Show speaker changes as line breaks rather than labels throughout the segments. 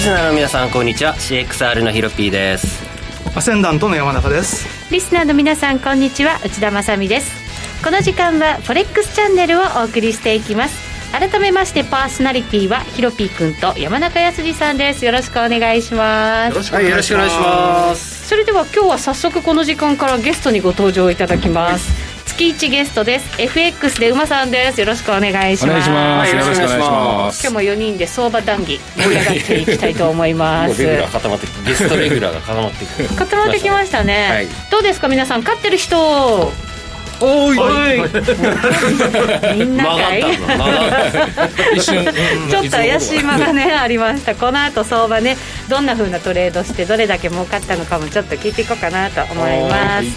スナーの皆さんこんにちは CXR のヒロピーです
アセンダントの山中です
リスナーの皆さんこんにちは内田まさみですこの時間はフォレックスチャンネルをお送りしていきます改めましてパーソナリティはヒロピーくんと山中康二さんですよろしくお願いします
し
はいよろしくお願いします
それでは今日は早速この時間からゲストにご登場いただきます月一ゲストです FX で馬さんですよろしくお願いします
お願いしますす。
よ
よ
ろ
ろ
し
し
く
く
お
お
願
願
いしま
いします。
今日も4人で相場談義盛り上がっていきたいと思いま す
もうレギュラー固まってゲストレギュラーが固まってくる
固まってきましたね、
はい
どうですか皆さん勝ってる人
おーい
みんな
曲がっ
かい
たの曲がった
一瞬
ちょっと怪しい間がねありましたこの後相場ねどんな風なトレードしてどれだけ儲かったのかもちょっと聞いていこうかなと思います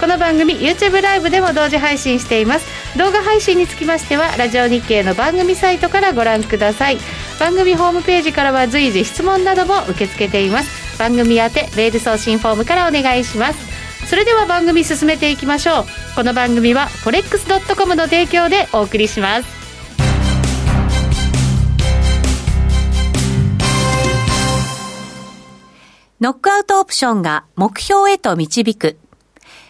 この番組 YouTube ライブでも同時配信しています動画配信につきましてはラジオ日経の番組サイトからご覧ください番組ホームページからは随時質問なども受け付けています番組宛てメール送信フォームからお願いしますそれでは番組進めていきましょうこの番組は forex.com の提供でお送りします
ノックアウトオプションが目標へと導く。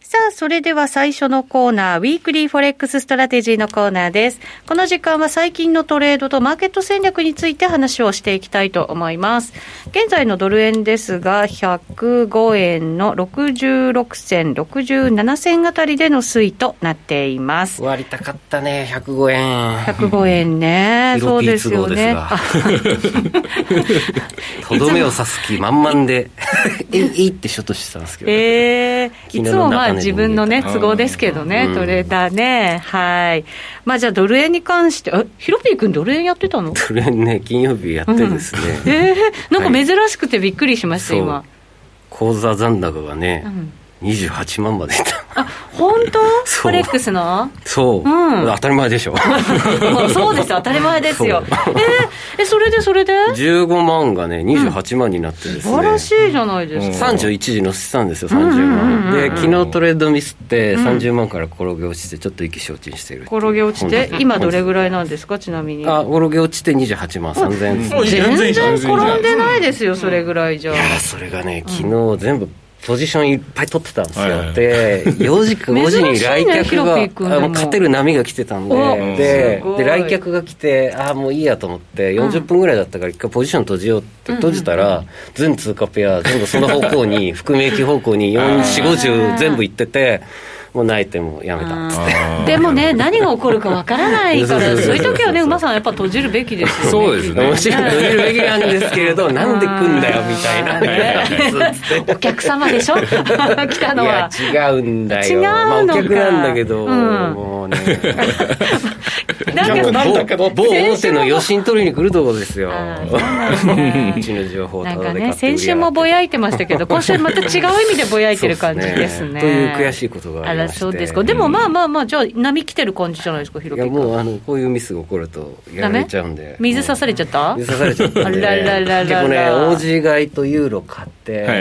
さあ、それでは最初のコーナー、ウィークリーフォレックスストラテジーのコーナーです。この時間は最近のトレードとマーケット戦略について話をしていきたいと思います。現在のドル円ですが、105円の66銭、67銭あたりでの推移となっています。
割りたかったね105円
105円ね、
ヒ
そ
ロ
う
ピー
です
都合
よ
で
ね。あ
すが とどめを刺す気満々 でえいえいってショットしてたんですけど、
ええい
昨日
つ
の
もまあ
中で
自分のね、
うん
都合ですけどね
う、ん
トレーダーね。はい。まあじゃあドル円に関して、え、ヒロピー君ドル円やってたの
それね金曜日やってですね、
ええなんか珍しくてびっくりしました、
そう
今。
口座残高がね、
うん
28万までいった
本当
そう
フォレック スの
そう、
うん
当たり前でしょ
もうそうですよ、当たり前ですよ。えええ、それでそれで
15万がね28万になってですね、
素晴らしいじゃないですか。
31時乗せてたんですよ30万、で昨日トレードミスって30万から転げ落ちてちょっと意気消沈しているっていう
転げ落ちて、今どれぐらいなんですか、ちなみに。
あ転げ落ちて28万3000円ですね
うん
全然
全然
転んでないですよ、それぐらいじゃ
い。やそれがね昨日全部ポジションいっぱい取ってたんですよ、
はいはい
で4時か5時に来
珍し
客
いねヒロ
が、
ピー君でも
あもう勝てる波が来てたんで
お
です
ごい
で来客が来てああもういいやと思って40分ぐらいだったから一回ポジション閉じようって閉じたら、全通貨ペア全部その方向 に含み益方向に4050全部行っててもう泣いてもうやめたっつって
でもね、何が起こるかわからないから、
そうそうう
そ
そうそう
いう時はね、馬さん、やっぱ閉じるべきですよね。
そうですね
面白いと言うべきなんですけれどなんで来んだよみたいなやつっつって。
お客様でしょ 来たのはい
や違うんだよ
違うのか
まあ、お客なんだけど、
うん
もうね
なんか
なんだけど
某大手の余震取りに来るとこですよ
あーそうなん だ
うちの情報を
な
タ
ん
ダ
か
で買って売りやが
ね、
って
先週もぼやいてましたけど、今週また違う意味でぼやいてる感じですね。
そうですねという悔しいことがありまして
らそうですか。でもまあまあまあ、じゃあ、波来てる感じじゃないですか、ひろ
い
き
や
君
もうあのこういうミスが起こるとやられちゃうんで
水刺されちゃった
水刺されちゃったんで、ね、
あららららら
結構ねオージー買いとユーロ買って、
はいはい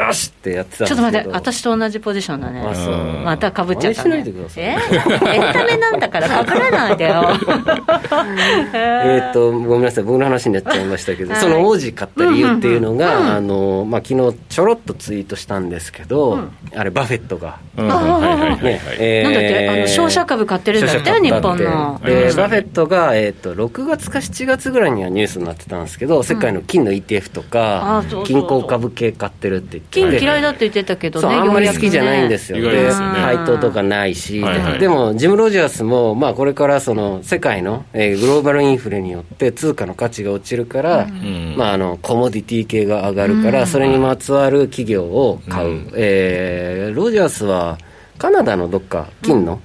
は
よしってやってたん
ち
ですけど
ょっと待って、私と同じポジションだね。
あそう
うん
またかぶっちゃった、
真
ね。
似しないでください
えエンタメなんだからかぶらない でよ。
えーっとごめんなさい僕の話になっちゃいましたけど、
はい
その王子買った理由っていうのが、あのまあ、昨日ちょろっとツイートしたんですけど、あれバフェットが。
うんはいはいはい
ね
はい。
えー
なんだっけあの商社株買ってるんだって
商社株買って
日本の
で
うん
バフェットが、えー、と6月か7月ぐらいにはニュースになってたんですけど世界の金の ETF と
あ
か
ーそうそうそう
金鉱株系買ってるって言って
金嫌いだって言ってたけど
そう
ね、
あんまり好きじゃないんですよ、
意外
で
ですよね
配当とかないし、
はいはい
でもジム・ロジャースも、まあ、これからその世界の、えーグローバルインフレによって通貨の価値が落ちるから、
ん
まあ、あのコモディティ系が上がるから、それにまつわる企業を買う、
うん
えーロジャースはカナダのどっか金の、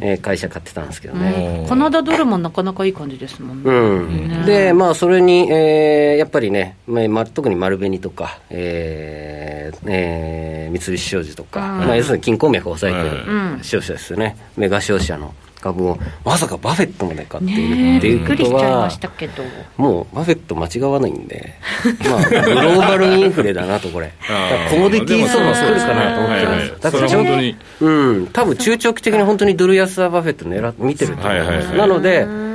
えー会社買ってたんですけどね、
うんカナダドルもなかなかいい感じですもんね。
うん、で、まあ、それに、えーやっぱりね、まあま特に丸紅とか、えーえー三菱商事とか、
うん
まあ、要するに金鉱脈を抑えて
うん
る商社ですよね、メガ商社の株を、まさかバフェットまで買っているってい
びっ
う
く
こ
りし
と
ちゃいま
は
し、たけど。
もうバフェット間違わないんで、まあ、グローバルインフレだなと、 これ、だからコモディティ相場来るかなと思ってます。だから
それは本当に。
うん、多分中長期的に本当にドル安はバフェット狙っ見てると思います、
はいはいはい
なので
うん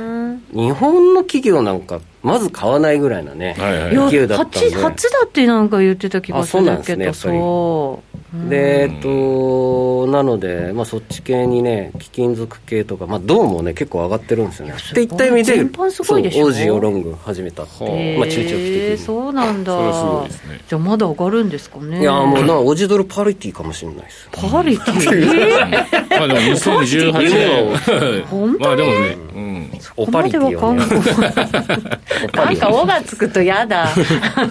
日本の企業なんかまず買わないぐらいなね、
はいはい
いや
勢いだったんで
初初だってなんか言ってた気がする
あそ
け
うなんですね
ど、
やっぱり
そう。うん
でえっとなので、まあ、そっち系にね貴金属系とか、まあ、銅もね結構上がってるんですよねっていった意味で
全般すごいでし
そう
ょ
王子をロング始めたっていう、まあ、中長期的
へー
に。
そうなんだ
それはすごいですね
じゃあまだ上がるんですかね
いやーもうなオジドルパリティかもしれないです
パリティ
まあでも2018
本当に
年。まあでもね、うん。
オパリティをね
ここまでわかんないなんか「お」がつくとやだ、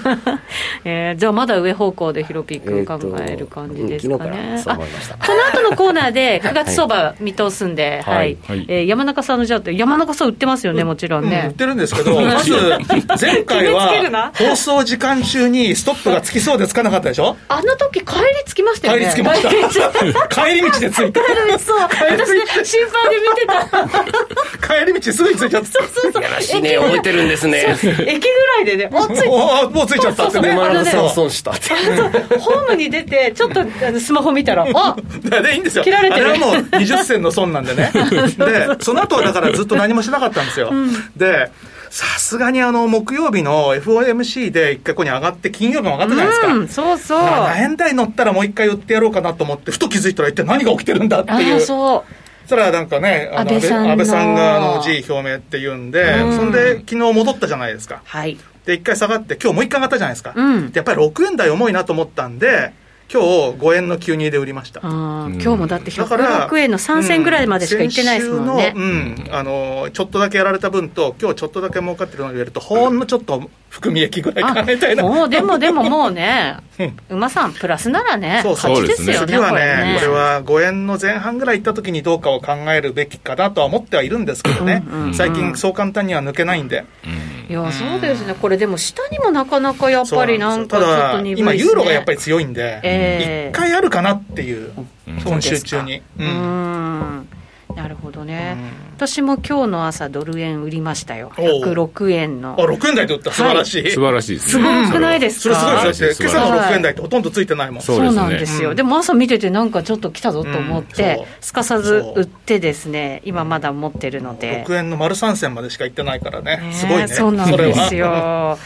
えーじゃあまだ上方向でヒロピー君考える感じですか
え
ね、
ーとうん昨日からそう思いました
あこの後のコーナーで9月相場見通すんで、は
はいい
はい
えー山中さんのじゃあって山中さん売ってますよねもちろん
うん売
ね
っ、てるんですけど、まず、前回
決めつけるな
は、放送時間中にストップがつきそうでつかなかったでしょ
あの時帰りつきましたよ
帰
ね
りつきました。 帰り道でついた。
そう私心配で見てた
帰り道すぐについちゃった。
そうそう
しね覚えてるんですね
駅ぐらいでね、おつい
おーもうついちゃったって
そうそう
ね。
お前
あの
の
ね
さ損したって
ホームに出て、ちょっとあのスマホ見たら、あ
でいいんですよ
切られてる
あれはもう20銭の損なんで ねでその後はだからずっと何もしなかったんですよ、でさすがにあの木曜日の FOMC で一回ここに上がって金曜日も上がったじゃないですか、
うん、そうそう。
だから円台乗ったらもう一回売ってやろうかなと思ってふと気づいたら一体何が起きてるんだって
あ
いう
あ、そう。
そしたらなんかねあの
安倍さんの
安倍さんがあの辞意表明って言うんで、そんで昨日戻ったじゃないですか
はい。
で一回下がって今日もう一回上がったじゃないですか、
うん
でやっぱり6円台重いなと思ったんで今日5円の92で売りました、
あー今日もだって
だから
106円の3銭ぐらいまでしか行ってないですもんね
先週。のうん、あのちょっとだけやられた分と、今日ちょっとだけ儲かってるのを入れると、ほんのちょっと含み益ぐらいか
あ
なみたいな、
もうでもでももうね
うん、
馬さんプラスならね、
そうそう
勝ちですよね、
次はね、これ
ね
は5円の前半ぐらい行った時にどうかを考えるべきかなとは思ってはいるんですけどね、
うんうん
最近、そう簡単には抜けないんで、
いや、そうですね、これでも下にもなかなかやっぱりなんか
そう
ちょっ
な
と
んです
鈍い
よただ、今、
です
ユ
ね
ーロがやっぱり強いんで、一、
ええ
回あるかなっていう、今週中に。
う
うん
ーんなるほどね、私も今日の朝、ドル円売りましたよ、
おう
106円の
あ、。6円台で売った、素晴らしい。
素晴らしいです
す
ね。
ごくないです
そ
か
れすごいですよ。だって
素晴らしい
今朝の6円台ってほとんどついてないもん。
そう
そう
ですね
なんです
う
よ、
ん
でも朝見てて、なんかちょっと来たぞと思って、
うんそう
すかさず売ってですね、今まだ持ってるので、
6円の丸3銭までしか行ってないからね、
ね
すごいね、
そうなんです
それは。
よ。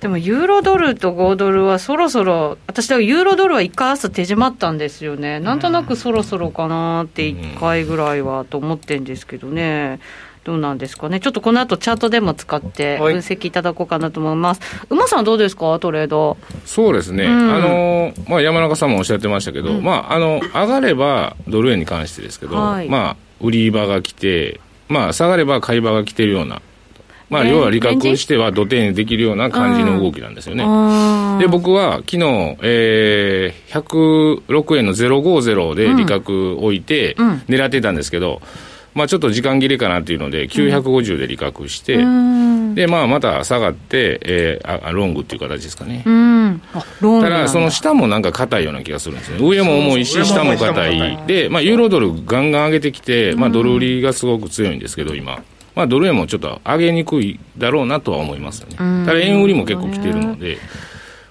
でもユーロドルと5ドルはそろそろ、私、ユーロドルは1回朝手締まったんですよね、なんとなくそろそろかなって1回ぐらいはと思ってんですけどね、どうなんですかね、ちょっとこの後チャートでも使って、
はい
分析いただこうかなと思います。馬さん、どうですか、トレード。
そうですね、
ん
あのーまあ、山中さんもおっしゃってましたけど、まあ、あの上がればドル円に関してですけど、
はい
まあ、売り場が来て、まあ、下がれば買い場が来てるような、まあ、
ね
要は利確しては土手にできるような感じの動きなんですよね。
あ
で僕は昨日、えー、106円の050で利確置いて
ん
狙ってたんですけど、まあ、ちょっと時間切れかなっていうので、950で利確して、で、まあ、また下がって、えーああロングっていう形ですかね。
うん。あ、ローン
た
なん
だ、
だ
その下もなんか硬いような気がするんですね。上も重いし、
そうそう
下も
上も
硬
重い
い。で、まあ、ユーロドルガンガン上げてきて、まあ、ドル売りがすごく強いんですけど、今。まあ、ドル円もちょっと上げにくいだろうなとは思いますよね。ただ、円売りも結構来てるので、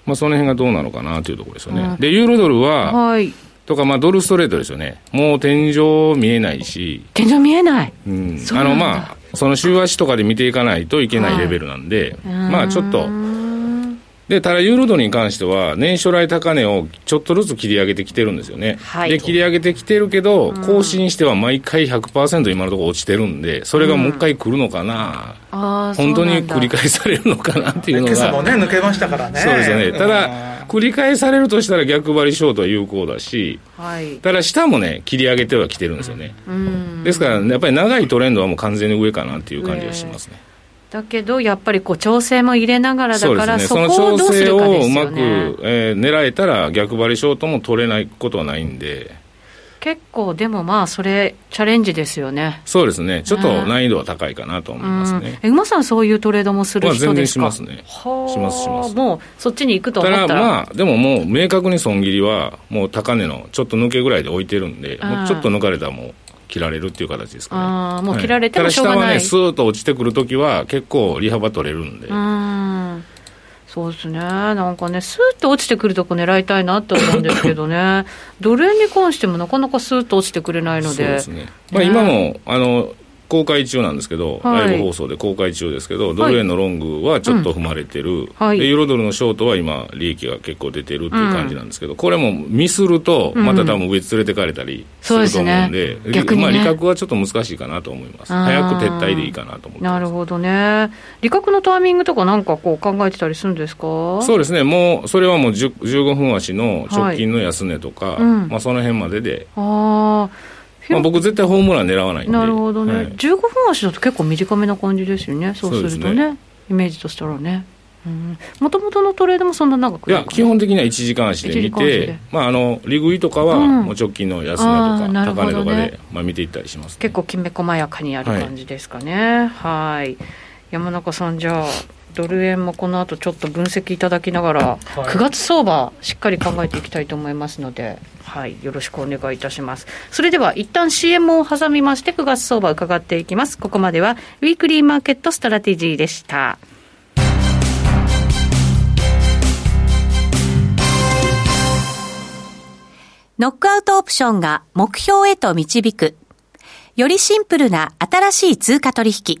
まあ、その辺がどうなのかなというところですよね。で、ユーロドルは、
はい。
とか、まあ、ドルストレートですよね。もう天井見えないし、
天井見えない。
うんあのまあその週足とかで見ていかないといけないレベルなんで、まあちょっとでただユーロドルに関しては年初来高値をちょっとずつ切り上げてきてるんですよね、
はい
で切り上げてきてるけど更新しては毎回100%今のところ落ちてるんでそれがもう一回来るのかな、
ああ、
本当
そうなん
に
だ
繰り返されるのかなっていうの
今
が
朝もね、抜けましたからね。
そうですよねた
う
だ
ん
繰り返されるとしたら逆張りショートは有効だし
はい。
ただ下もね切り上げてはきてるんですよね、
うん。
ですから、やっぱり長いトレンドはもう完全に上かなっていう感じがしますね。
だけど、やっぱりこう、調整も入れながらだ
そうで
か
す
ら、
ね。
そ
その
こをど
調
うす
整
るか
を
で
う
す
ま
よ
く、
ね。
えー狙えたら逆張りショートも取れないことはないんで、
結構、でもまあ、それ、チャレンジですよね。
そうですね。ちょっと難易度は高いかなと思いますね。
え馬さん、そういうトレードもする
まあ
人
全
で
然
す
し
か、
ますね。
はあ
しますします
もうそっちに行くと
た
思った
だ
ら、
まあ、でももう明確に損切りは、もう高値のちょっと抜けぐらいで置いてるんで、
ん
もうちょっと抜かれたらもう切られるっていう形ですかね。
あーもう
はい
切られてもしょうがない
ただ下はね、スーッと落ちてくるときは結構利幅取れるんで。
うん、そうですね、なんかね、スーッと落ちてくるとこ狙いたいなと思うんですけど ね、ドル円に関してもなかなかスーッと落ちてくれないの
そう
で、
ですね、まあ、今もあの公開中なんですけど、
はい
ライブ放送で公開中ですけど、ドル円のロングはちょっと踏まれてる、
はい
でユーロドルのショートは今、利益が結構出てるっていう感じなんですけど、これもミスると、また多分上連れてかれたりす
そうで
ると
す
思
ね
うんで、
逆にね
まあ、利確はちょっと難しいかなと思います、
あー
早く撤退でいいかなと思って
な
ま
る
す。
ほどね、利確のタイミングとか、なんかこう考えてたりするんですか
そうですね、もうそれはもう10 15分足の直近の安値とか、
うん
まあ、その辺までで、
あー
まあ、僕、絶対ホームラン狙わないんで、
なるほどね、
はい
15分足だと結構短めな感じですよね、そうする
そ
と
う
ね、
で
イメージとしたらね、もともとのトレードもそんな長く
い
な
や
い、
基本的には1時間足で見
一時間足で
て、まあ、あの利食いとかは、
うん
もう直近の安値と
あー
か、
なるほ
高
どね
値とかで、まあ、見ていったりします、
結構きめ細やかにやる感じですかね。はい。山中さんじゃあドル円もこの後ちょっと分析いただきながら、9月相場しっかり考えていきたいと思いますので、はい、よろしくお願いいたします。それでは一旦 CM を挟みまして9月相場伺っていきます。ここまではウィークリーマーケットストラテジーでした。
ノックアウトオプションが目標へと導く。よりシンプルな新しい通貨取引。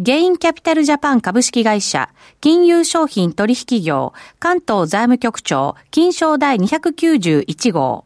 ゲインキャピタルジャパン株式会社、金融商品取引業、関東財務局長、金賞第291号。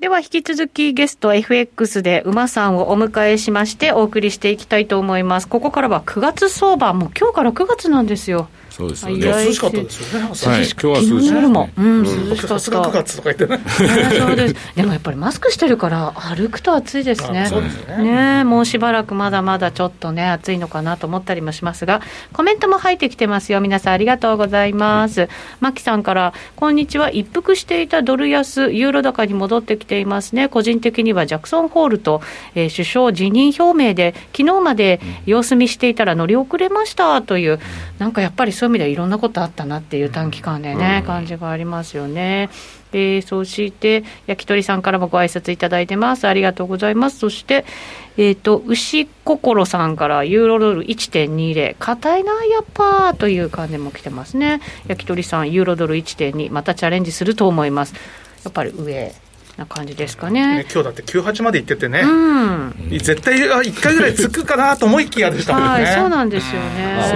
では引き続きゲスト FX で馬さんをお迎えしましてお送りしていきたいと思います。ここからは9月相場、もう今日から9月なんですよ。
そうですよ
いや
ね。
涼しかったですよね、朝
はい、今日は涼しい
昨
です
日の
ね
夜も、うん、涼しか
さ
っ
すが9
た。
月とか言ってね。
ねそうです。でもやっぱりマスクしてるから歩くと暑いですね。
そうですよね。
ねえもうしばらくまだまだちょっとね暑いのかなと思ったりもしますがコメントも入ってきてますよ皆さんありがとうございますマキさんから「こんにちは一服していたドル安ユーロ高に戻ってきていますね個人的にはジャクソン・ホールと、えー首相辞任表明で昨日まで様子見していたら乗り遅れました」というなんかやっぱりそういう意味ではいろんなことあったなっていう短期間でね感じがありますよね。えーそして焼き鳥さんからもご挨拶いただいてますありがとうございますそしてえー、と牛心さんからユーロドル1.20硬いなやっぱという感じも来てますね焼き鳥さんユーロドル1.2またチャレンジすると思いますやっぱり上な感じですか
ね
ね
今日だって98まで行っててね、
うん
絶対あ1回ぐらいつくかなと思いきやでしたもんね。
はいそうなんですよ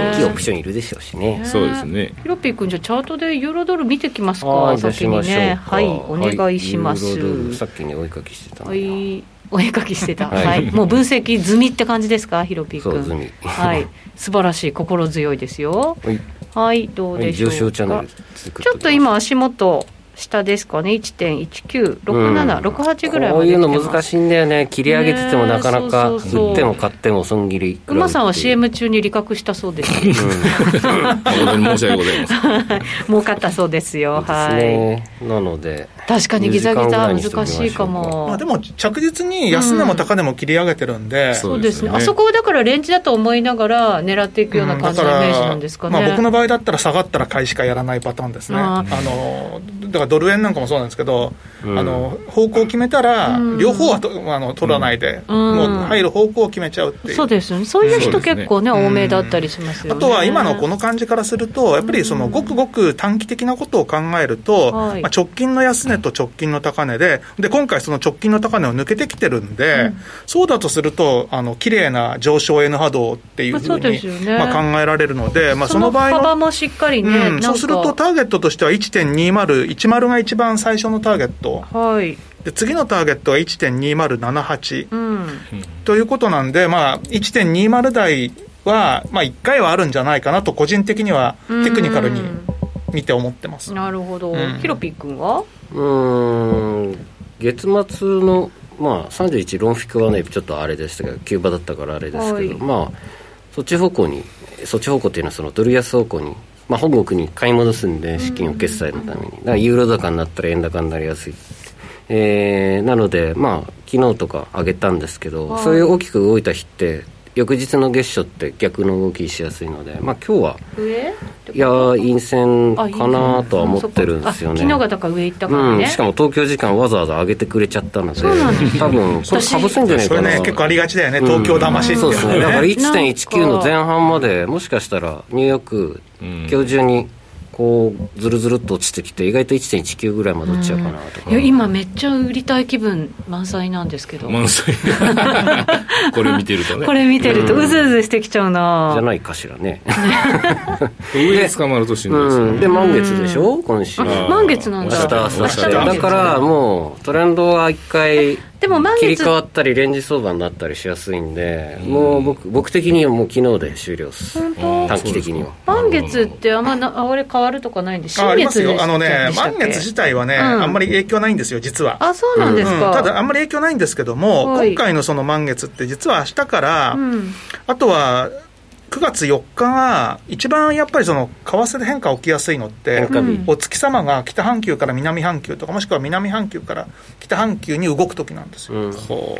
大きいオ
ね
プションいるでしょうしね。
そうですね。
ヒロピー君じゃあチャートでユーロドル見てきます
あ
か
ーじゃあ
先に
しましょう
ね
か
はいお願いします、
ユーロドルさっきね追いかけしてたの
は
よ
い、お絵かきしてた、は
はい
い もう分析済みって感じですか、ヒロピー君。
そう済み
はい、素晴らしい、心強いですよ。
はい
はい、どう
はい
でしょ
上
うか。
昇チャンネル続く
ちょっと今、足元、下ですかね、1.1967、
うん
68ぐらい
こ
ま
う
で
いう
来て
の
ます
難しいんだよね切り上げててもなかなか
ねえそうそうそう
売っても買っても損切り
馬さんは CM
う
中に利確したそうです、
ん
誠に申し訳ございません。
儲かったそうですよ、
です
はい
ねなので
確かにギザ
二時間
ギザ
ぐらいにしときま
難
しょう
しいかも、
まあ、でも着実に安値も高値も切り上げてるんで、
そ
そうう
で
ですす
ね
ね、あそこをだからレンジだと思いながら、狙っていくような感じのイメージなんですかね。
まあ、僕の場合だったら下がったら買いしかやらないパターンですね、
あ
あのだからドル円なんかもそうなんですけど、
うん
あの方向を決めたら
う、ん
両方はとあの取らないで、
うん
もう入る方向を決めちゃうっていう。
そうですよね。そういう人結構ね、
そうですね
多めだったりしますよ
あ
ね。
とは今のこの感じからすると、やっぱりそのごくごく短期的なことを考えると、
はい
まあ、直近の安値と直近の高値で、で今回、その直近の高値を抜けてきてるんで、そうだとすると、あの綺麗な上昇 N 波動っていうふ
ま
う
あそうですよ
に、
ね
まあ、考えられるので、まあ、
そ
そ
の
の場合
幅
の。
もしっかりね、
う
なん
ん、
か
そうするとターゲットとしては1.20、10が一番最初のターゲット、
はい、
で次のターゲットが1.2078、
うん、
ということなんで、まあ、1.20台は、まあ、1回はあるんじゃないかなと、個人的にはテクニカルに見て思ってます。
なるほど、
うん
ヒロピー君は、
うーん月末の、まあ、31ロンフィクはねちょっとあれでしたけどキューバだったからあれですけど、
はい
まあそっち方向にそっち方向っていうのはそのドル安方向に、まあ、本国に買い戻すんで資金を決済のために、だからユーロ高になったら円高になりやすい、えーなのでまあ昨日とか上げたんですけど、
はい
そういう大きく動いた日って翌日の月初って逆の動きしやすいので、まあ、今日は
上？
いやー陰線
あいい
かなとは思ってるんですよね。
あそっかあ昨日がだから上行ったから
う
ね。
ん、しかも東京時間わざわざ上げてくれちゃったので
そうなんです
多分これかぶせんじゃない
そ
か
れ
な
ね、結構ありがちだよね、
うん
東京騙しって
そうですね
い
だから
うね。
1.19の前半までもしかしたらニューヨーク
うん
今日中にこうずるずるっと落ちてきて意外と1.19ぐらいまで落ちちゃうかなとか、
いや今めっちゃ売りたい気分満載なんですけど、
満載。これ見てるとね。
これ見てるとうずうずしてきちゃうな
じゃ。ないかしらね、
上に捕まるとしんどいです
う
よ
ん、
ね。
で満月でしょ、今週
あ
ー
満月なんだ
明日明後
明
日
日
だからもうトレンドは一回
でも満
切り
月
替わったりレンジ相場になったりしやすいんで、もう僕僕的にはもう昨日で終了です
あー
短期的には。
満月ってあんまなあれ変わるとかないんで
あ
新
あります
月でし
よ。あのね
で、したっけ
満月自体はね、
うん
あんまり影響ないんですよ、実は。
あそうなんです
うん
か。
ただ、あんまり影響ないんですけども、
はい
今回のその満月って、実は明日から、
うん
あとは9月4日が、一番やっぱりその為替で変化起きやすいのって、
変化日
お月様が北半球から南半球とか、もしくは南半球から北半球に動くときなんです
う
よ、
ん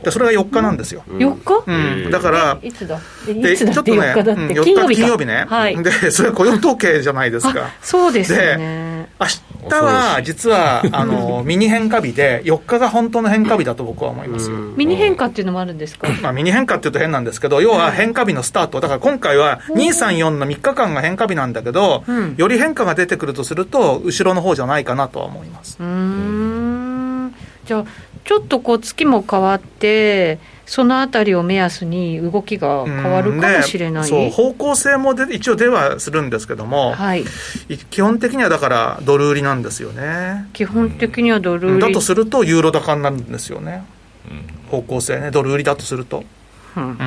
で、それが4日なんですよ。
四日？
うんだから
いつだえ
で
いつだって4日だって、
うん
金曜日か
金曜日ね、
はい
でそれは雇用統計じゃないですか
あそうですよね
明日は実はあのミニ変化日で4日が本当の変化日だと僕は思いますよ、
ミニ変化っていうのもあるんですか
まあ、ミニ変化っていうと変なんですけど、要は変化日のスタート、だから今回は234の3日間が変化日なんだけど、
うん
より変化が出てくるとすると、後ろの方じゃないかなとは思います。
うーんじゃあちょっとこう月も変わってそのあたりを目安に動きが変わるかもしれな
うん
い
でそう方向性もで一応出はするんですけども、
はい
い基本的にはだからドル売りなんですよね。
基本的にはドル売り
だとすると、ユーロ高になるんですよね、方向性ね、ドル売りだとすると。
うん
うん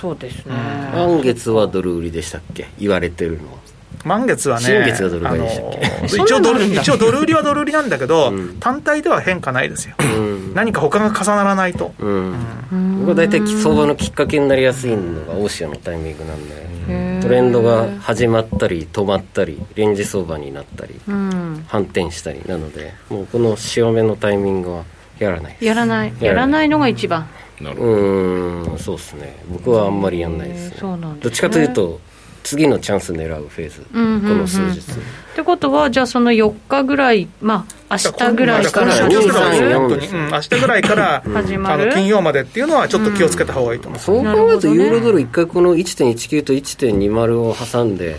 そうですね
満月はドル売りでしたっけ言われてるのは
満月はね、
新月がどれぐらいでしたっ
あの一応ドル、一応ドル売りはドル売りなんだけど、単体では変化ないですよ。何か他が重ならないと。
うん、僕は大体相場のきっかけになりやすいのがオーシアのタイミングなんでトレンドが始まったり止まったりレンジ相場になったり、
うん
反転したりなのでもうこの潮目のタイミングはやらないです
やらないやらないのが一番
なる
う
ほど。
ーんそうですね僕はあんまりやんないです
へ
ね
ーそうなんですね
どっちかというと次のチャンス狙うフェーズ、
んうんうん
この数日
ってことはじゃあその4日ぐらいまあ明日ぐらいから
だ
今
ら今
週今
週
週
ぐ
ぐ
ら
ら
いから
い本当に、うん、明日ぐらいから、
始ま
あ
る
の金曜までっていうのはちょっと気をつけた方がいいと思います。
そう
なるほ
考え
どね
るとユーロドル一回この1.19と1.20を挟んで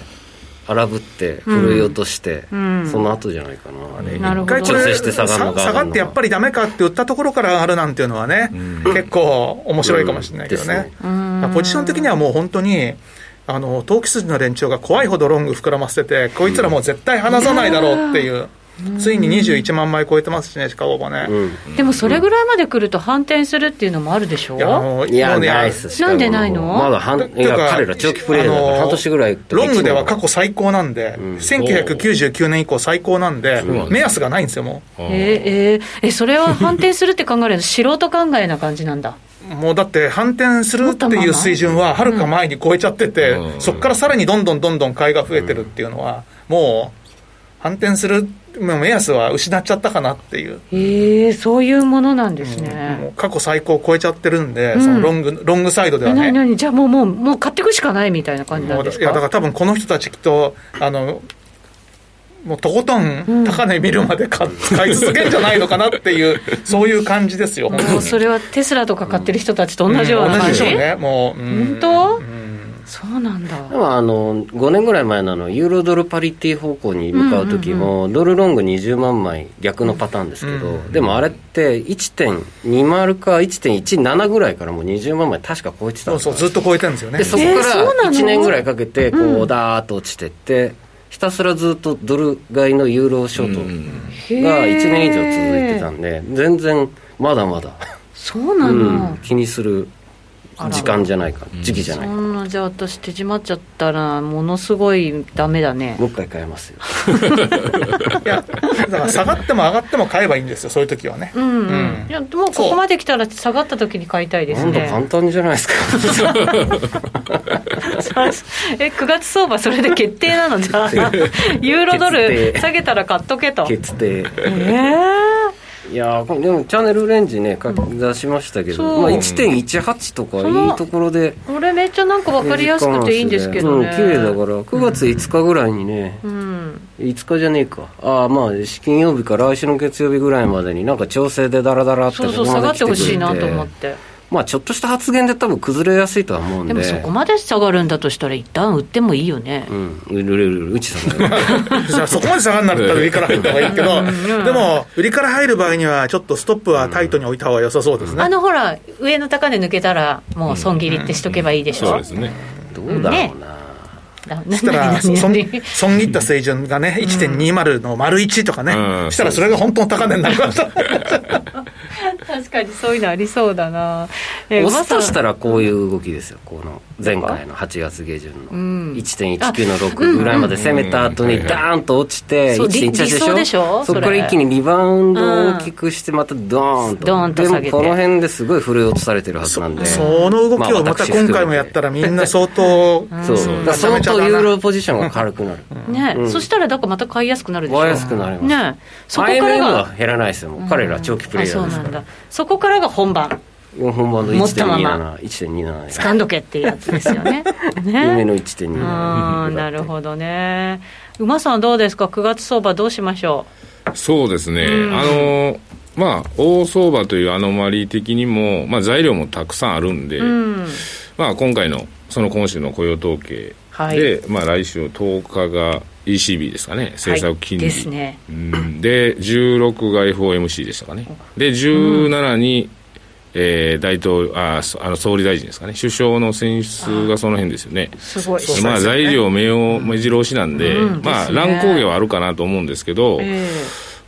荒ぶってふるい落として、
うん
その後じゃないかな、あれ
なるほ
一
ど
回こ
調整
れ
して下がるの
さ
か
下がってやっぱ
り
りダメかって言ったところから上がるなんていうのはね、結構面白いかもしれないけど
うんで
ね
すね、
まあポジション的にはもう本当にあの投機筋の連中が怖いほどロング膨らませててこいつらもう絶対離さないだろうっていう、ついに21万枚超えてますしねシカゴもね、
うん
でもそれぐらいまで来ると反転するっていうのもあるでしょ
いやあの
いや
もうね
ないっすしかも
なんでないの
まだ半い
て
や
か
彼ら長期プレーヤーだから半年ぐらいとか
ロングでは過去最高なんで、1999年以降最高なんで、
うん
目安がないんですよも
あ
え
ー
ーえーえそれは反転するって考えるの 素人考えな感じなんだ
うもうだって反転するっていう水準ははるか前に超えちゃってて、
うん
そこからさらにどんどんどんどん買いが増えてるっていうのは、もう反転するもう目安は失っちゃったかなっていう。
えー、そういうものなんですね、
もう過去最高を超えちゃってるんで、そのロングロングサイドでは
えなに
ね、
なにじゃあもうもうもう買っていくしかないみたいな感じな
もう
んで
だ
す
い
か
やだから多分この人たちきっと、あのもうとことん高値見るまで買,、買い続けるんじゃないのかなって いう、そういう感じですよ、本当
もう
に
それはテスラとか買ってる人たちと同じような
同じ
感
で
じ、
しょうね、もう、うん
本当
うん
そうなんだ
でもあの5年ぐらい前のあのユーロドルパリティ方向に向かう時も、ドルロング20万枚逆のパターンですけど、
うん
でもあれって1.20か1.17ぐらいからもう20万枚確か超えてた
そ
んで
う
す
そ
よ
う、ずっと超えてるんですよね
で、そこ
えーそうな
から
の
1年ぐらいかけてこうダーッと落ちてって、ひたすらずっとドル買いのユーロショートが1年以上続いてたんで全然まだまだ、
そうな
う
の、
ん気にする時間じゃないか時期じゃない
そ
か、
んなじゃあ私手締まっちゃったらものすごいダメだね
もう一回変えますよ
いや、だから下がっても上がっても買えばいいんですよ、そういう時はね。
うん、う
うん
ん、いやもうここまで来たら下がった時に買いたいです
なんだ
ね
簡単じゃないですか
え9月相場それで決定なのじゃあユーロド
決
ル
定
下げたら買っとけとえ
決定
ー
いやーこでもチャンネルレンジね書き出しましたけど、
そう
まあ、1.18とかいいところで
これめっちゃなんか分かりやすくていいんですけど
う
ね
ん、綺麗だから9月5日ぐらいにね、
うん
5日じゃねえかああまあ金曜日から来週の月曜日ぐらいまでになんか調整でダラダラって
そうそう
ここま
下
で
がって
来
ほ
くれ
しいなと思って
まあちょっとした発言で多分崩れやすいとは思うん
で
で
もそこまで下がるんだとしたら一旦売ってもいいよね
うんうるるるるうちさんだ よ
じゃあそこまで下がるんだったら売りから入った方がいいけど、でも、売りから入る場合には、ちょっとストップはタイトに置いた方が良さそうです
あ
ね。
のほら上の高値抜けたらもう損切りってしとけばいいでしょ、
そうですね。
どうだろうな、
だ
そしたら、
何
損
何何
損切った水準がね、1.20の丸1とかね、
うん
そしたらそれが本当の高値になりました。
確かにそういうのありそうだな、えー
押すとし
まさ
たらこういう動きですよこの前回の8月下旬の
ん
1.19の6ぐらいまで攻めた後に
うん
ダーンと落ちて
そう
1.18
理
でし
理想
ょ
でしょ
そこか
それ
ら一気にリバウンドを大きくしてまたドーンと
ドーンと下げて
でもこの辺ですごい振り落とされてるはずなんで
その動きをまた今回もやったら、みんな相当、
そう
うん
だから相当ユーロポジションが軽くなる
ね、
うん
そしたらだからまた買いやすくなるでしょ
買いやすくなります
ねそこか
IMM
らが
は減らないですよもう彼ら長期プレイヤー
あ
で
そ
すか
うなんだ
ら
そこからが本番
4本番の
持ったまま
1.27 1.27です
掴んどけっていうやつですよ ね
夢
ね
の
あ
1.27
ーなるほどね馬さんどうですか9月相場どうしましょ
そうですね、あのまあ、大相場というアノマリー的にも、まあ、材料もたくさんあるんで、
ううん
まあ、今回の、その今週の雇用統計で、
はい
まあ、来週10日が ECB ですかね、政策金利、
はいですね
うんで、16が FOMC でしたかね、で、17に、えー大統領あそあの総理大臣ですかね、首相の選出がその辺ですよね。
すごい
そう
まあ、
そうです
材
ね
料、目を目白押しなんで、
うん
ま
で
あ、
すね
乱高下はあるかなと思うんですけど、
え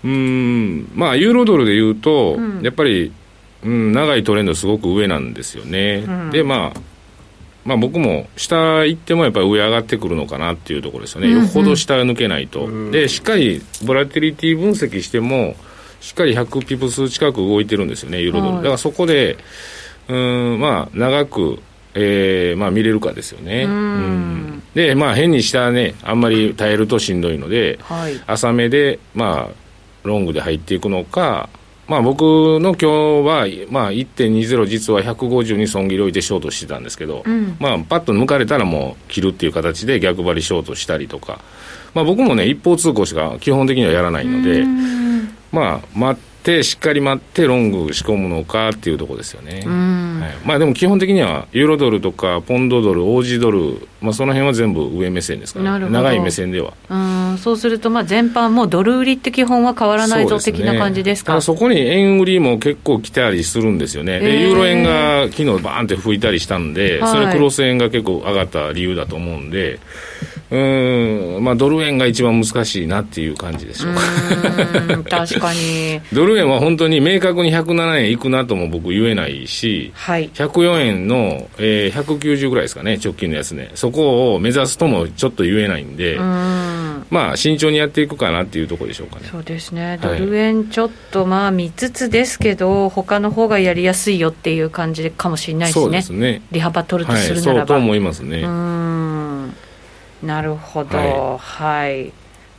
うーんまあユーロドルで言うと、やっぱり、うん、長いトレンドすごく上なんですよね、でまあまあ、僕も下行ってもやっぱり上上がってくるのかなっていうところですよね、よほど下抜けないと、でしっかりボラティリティ分析しても、しっかり100ピプス近く動いてるんですよね、ユーロドル、だからそこで、うんまあ、長く、えーまあ、見れるかですよね。うんで、まあ、変に下ね、あんまり耐えるとしんどいので、
はい
浅めで、まあ、ロングで入っていくのか、まあ、僕の今日は、まあ、1.20実は150に損切りを置いてショートしてたんですけど、まあ、パッと抜かれたらもう切るっていう形で逆張りショートしたりとか、まあ、僕もね一方通行しか基本的にはやらないので、まあ、待ってしっかり待ってロング仕込むのかっていうところですよね、はいまあ、でも基本的にはユーロドルとかポンドドルオージードル、まあ、その辺は全部上目線ですか
な
ら、
る
ね、
ほど
長い目線では。
うんそうすると、まあ、全般、もうドル売りって基本は変わらない
そう
ぞ
です
的
ね
な感じですか。
ただそこに円売りも結構来たりするんですよね、
へー
でユーロ円が昨日バーンって吹いたりしたんで、
はい
それ、クロス円が結構上がった理由だと思うんで、うーん、まあ、ドル円が一番難しいなっていう感じでしょうか。
うん確かに。
ドル円は本当に明確に107円いくなとも僕言えないし、
はい。
104円の、えー190ぐらいですかね、直近のやつね、そこを目指すともちょっと言えないんで、
うん。
まあ、慎重にやっていくかなっていうところでしょうかね。
そうですね。ドル円ちょっとまあ見つつですけど、他の方がやりやすいよっていう感じかもしれないで
そ
す
うで
ね。
すね。
利幅取ると
は
す
い、
るな
そ
ら
うと
ば。
思いますね。
うーんなるほど、は、
はい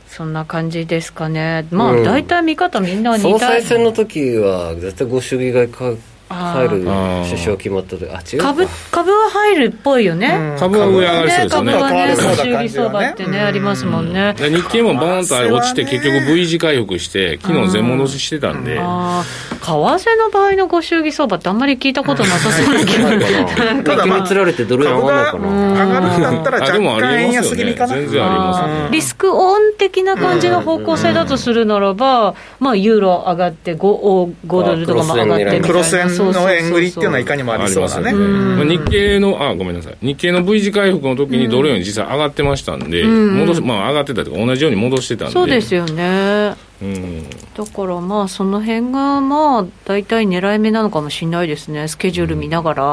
そんな感じですかね、まあ、
うん
大体見方、みんな似
総
た
裁選の時は絶対ご主義がか
あー
入る
あー
首相決まった時あ違うか
株株は入るっぽいよね、
株は上上がりそう
ね株はね、
ですよね。
株は変わ
ご
り
祝儀相
そうだ
場
ね
ってね、ありますもんね。
で日経もバーンと落ちて
為替はね
結局 V 字回復して昨日全戻ししてたんで、
あー為替の場合のご祝儀相場ってあんまり聞いたことなさそうな気が
な
ただまあ
つられてドル円合わないか
株
な
上がるんだったら
あでも
若
あ
干
り
円
ます
安気
よ
味
ね
かな。
全然あります
リスクオン的な感じの方向性だとするならば、まあ、ユーロ上がって5、お5ドルとかも上がってみたいな
クロス円
そうそうそう
の
そう
円売りっていうのはいかにもあ
あ
り
り
そう
ます
だね
よね。。
うん
まあ日経の、あ、ごめんなさい。日経の V 字回復の時にドルより実際上がってましたんで、戻し、まあ上がってたとか同じように戻してたんで。
そうですよね
うん。
だからまあその辺がまあ大体狙い目なのかもしれないですねスケジュール見ながら、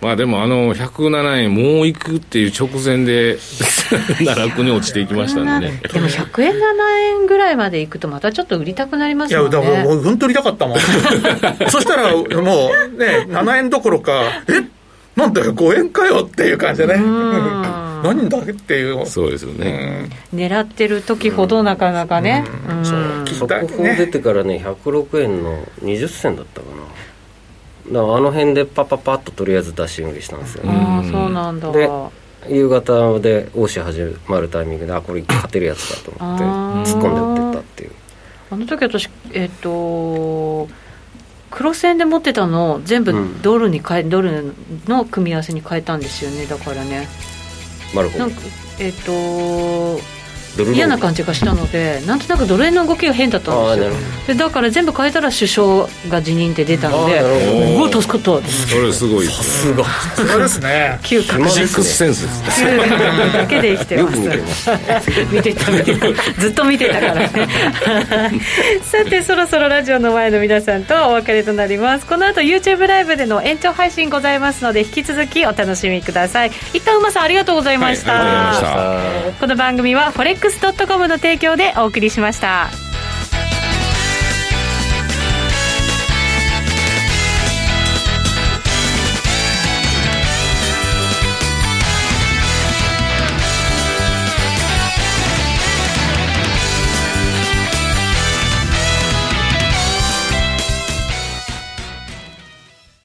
まあでもあの、107円もう行くっていう直前で、 奈落に落ちていきましたんでね。
でも100円7円ぐらいまでいくとまたちょっと売りたくなりま
い
す
や、
よ
だ
ね
から、俺本当に痛かったもん。 そしたら、もうね、7円どころか、えなんだよ、5円かよっていう感じでね。 何だっていう。
そうですよ
う
ね。
ん
狙ってる時ほどなかなかね、うん
速報出てからね106円の20銭だったかなだからあの辺でパパパッととりあえず出し売りしたんですよね、
ああそうなんだ
で夕方で欧州始まるタイミングであこれ勝てるやつだと思って
あー
突っ込んで売ってったっていう
あの時私えっ、と黒線で持ってたのを全部
うん
ドルに変え、ドルの組み合わせに変えたんですよねだからね
マルコ
なんかえっ、と
ドルロー
嫌な感じがしたのでなんとなくドル円の動きが変だった
ああ
ん
な
で
るほ
すよでだから全部変えたら首相が辞任って出たの
あ
で
あなるほ
どね
うわ助かった
それすごいです。
すごい
そうですね。
嗅覚
今
シ
で
ックス
す
センスです。
だけで生きて
ねよ
ま
く
す
見てます
見てた見てた ずっと見てたからね さてそろそろラジオの前の皆さんとお別れとなりますこの後 YouTube ライブでの延長配信ございますので引き続きお楽しみください一旦馬さんありがとうございました、
はいありがとうございました
あー
この番組は forex.com の提供でお送りしました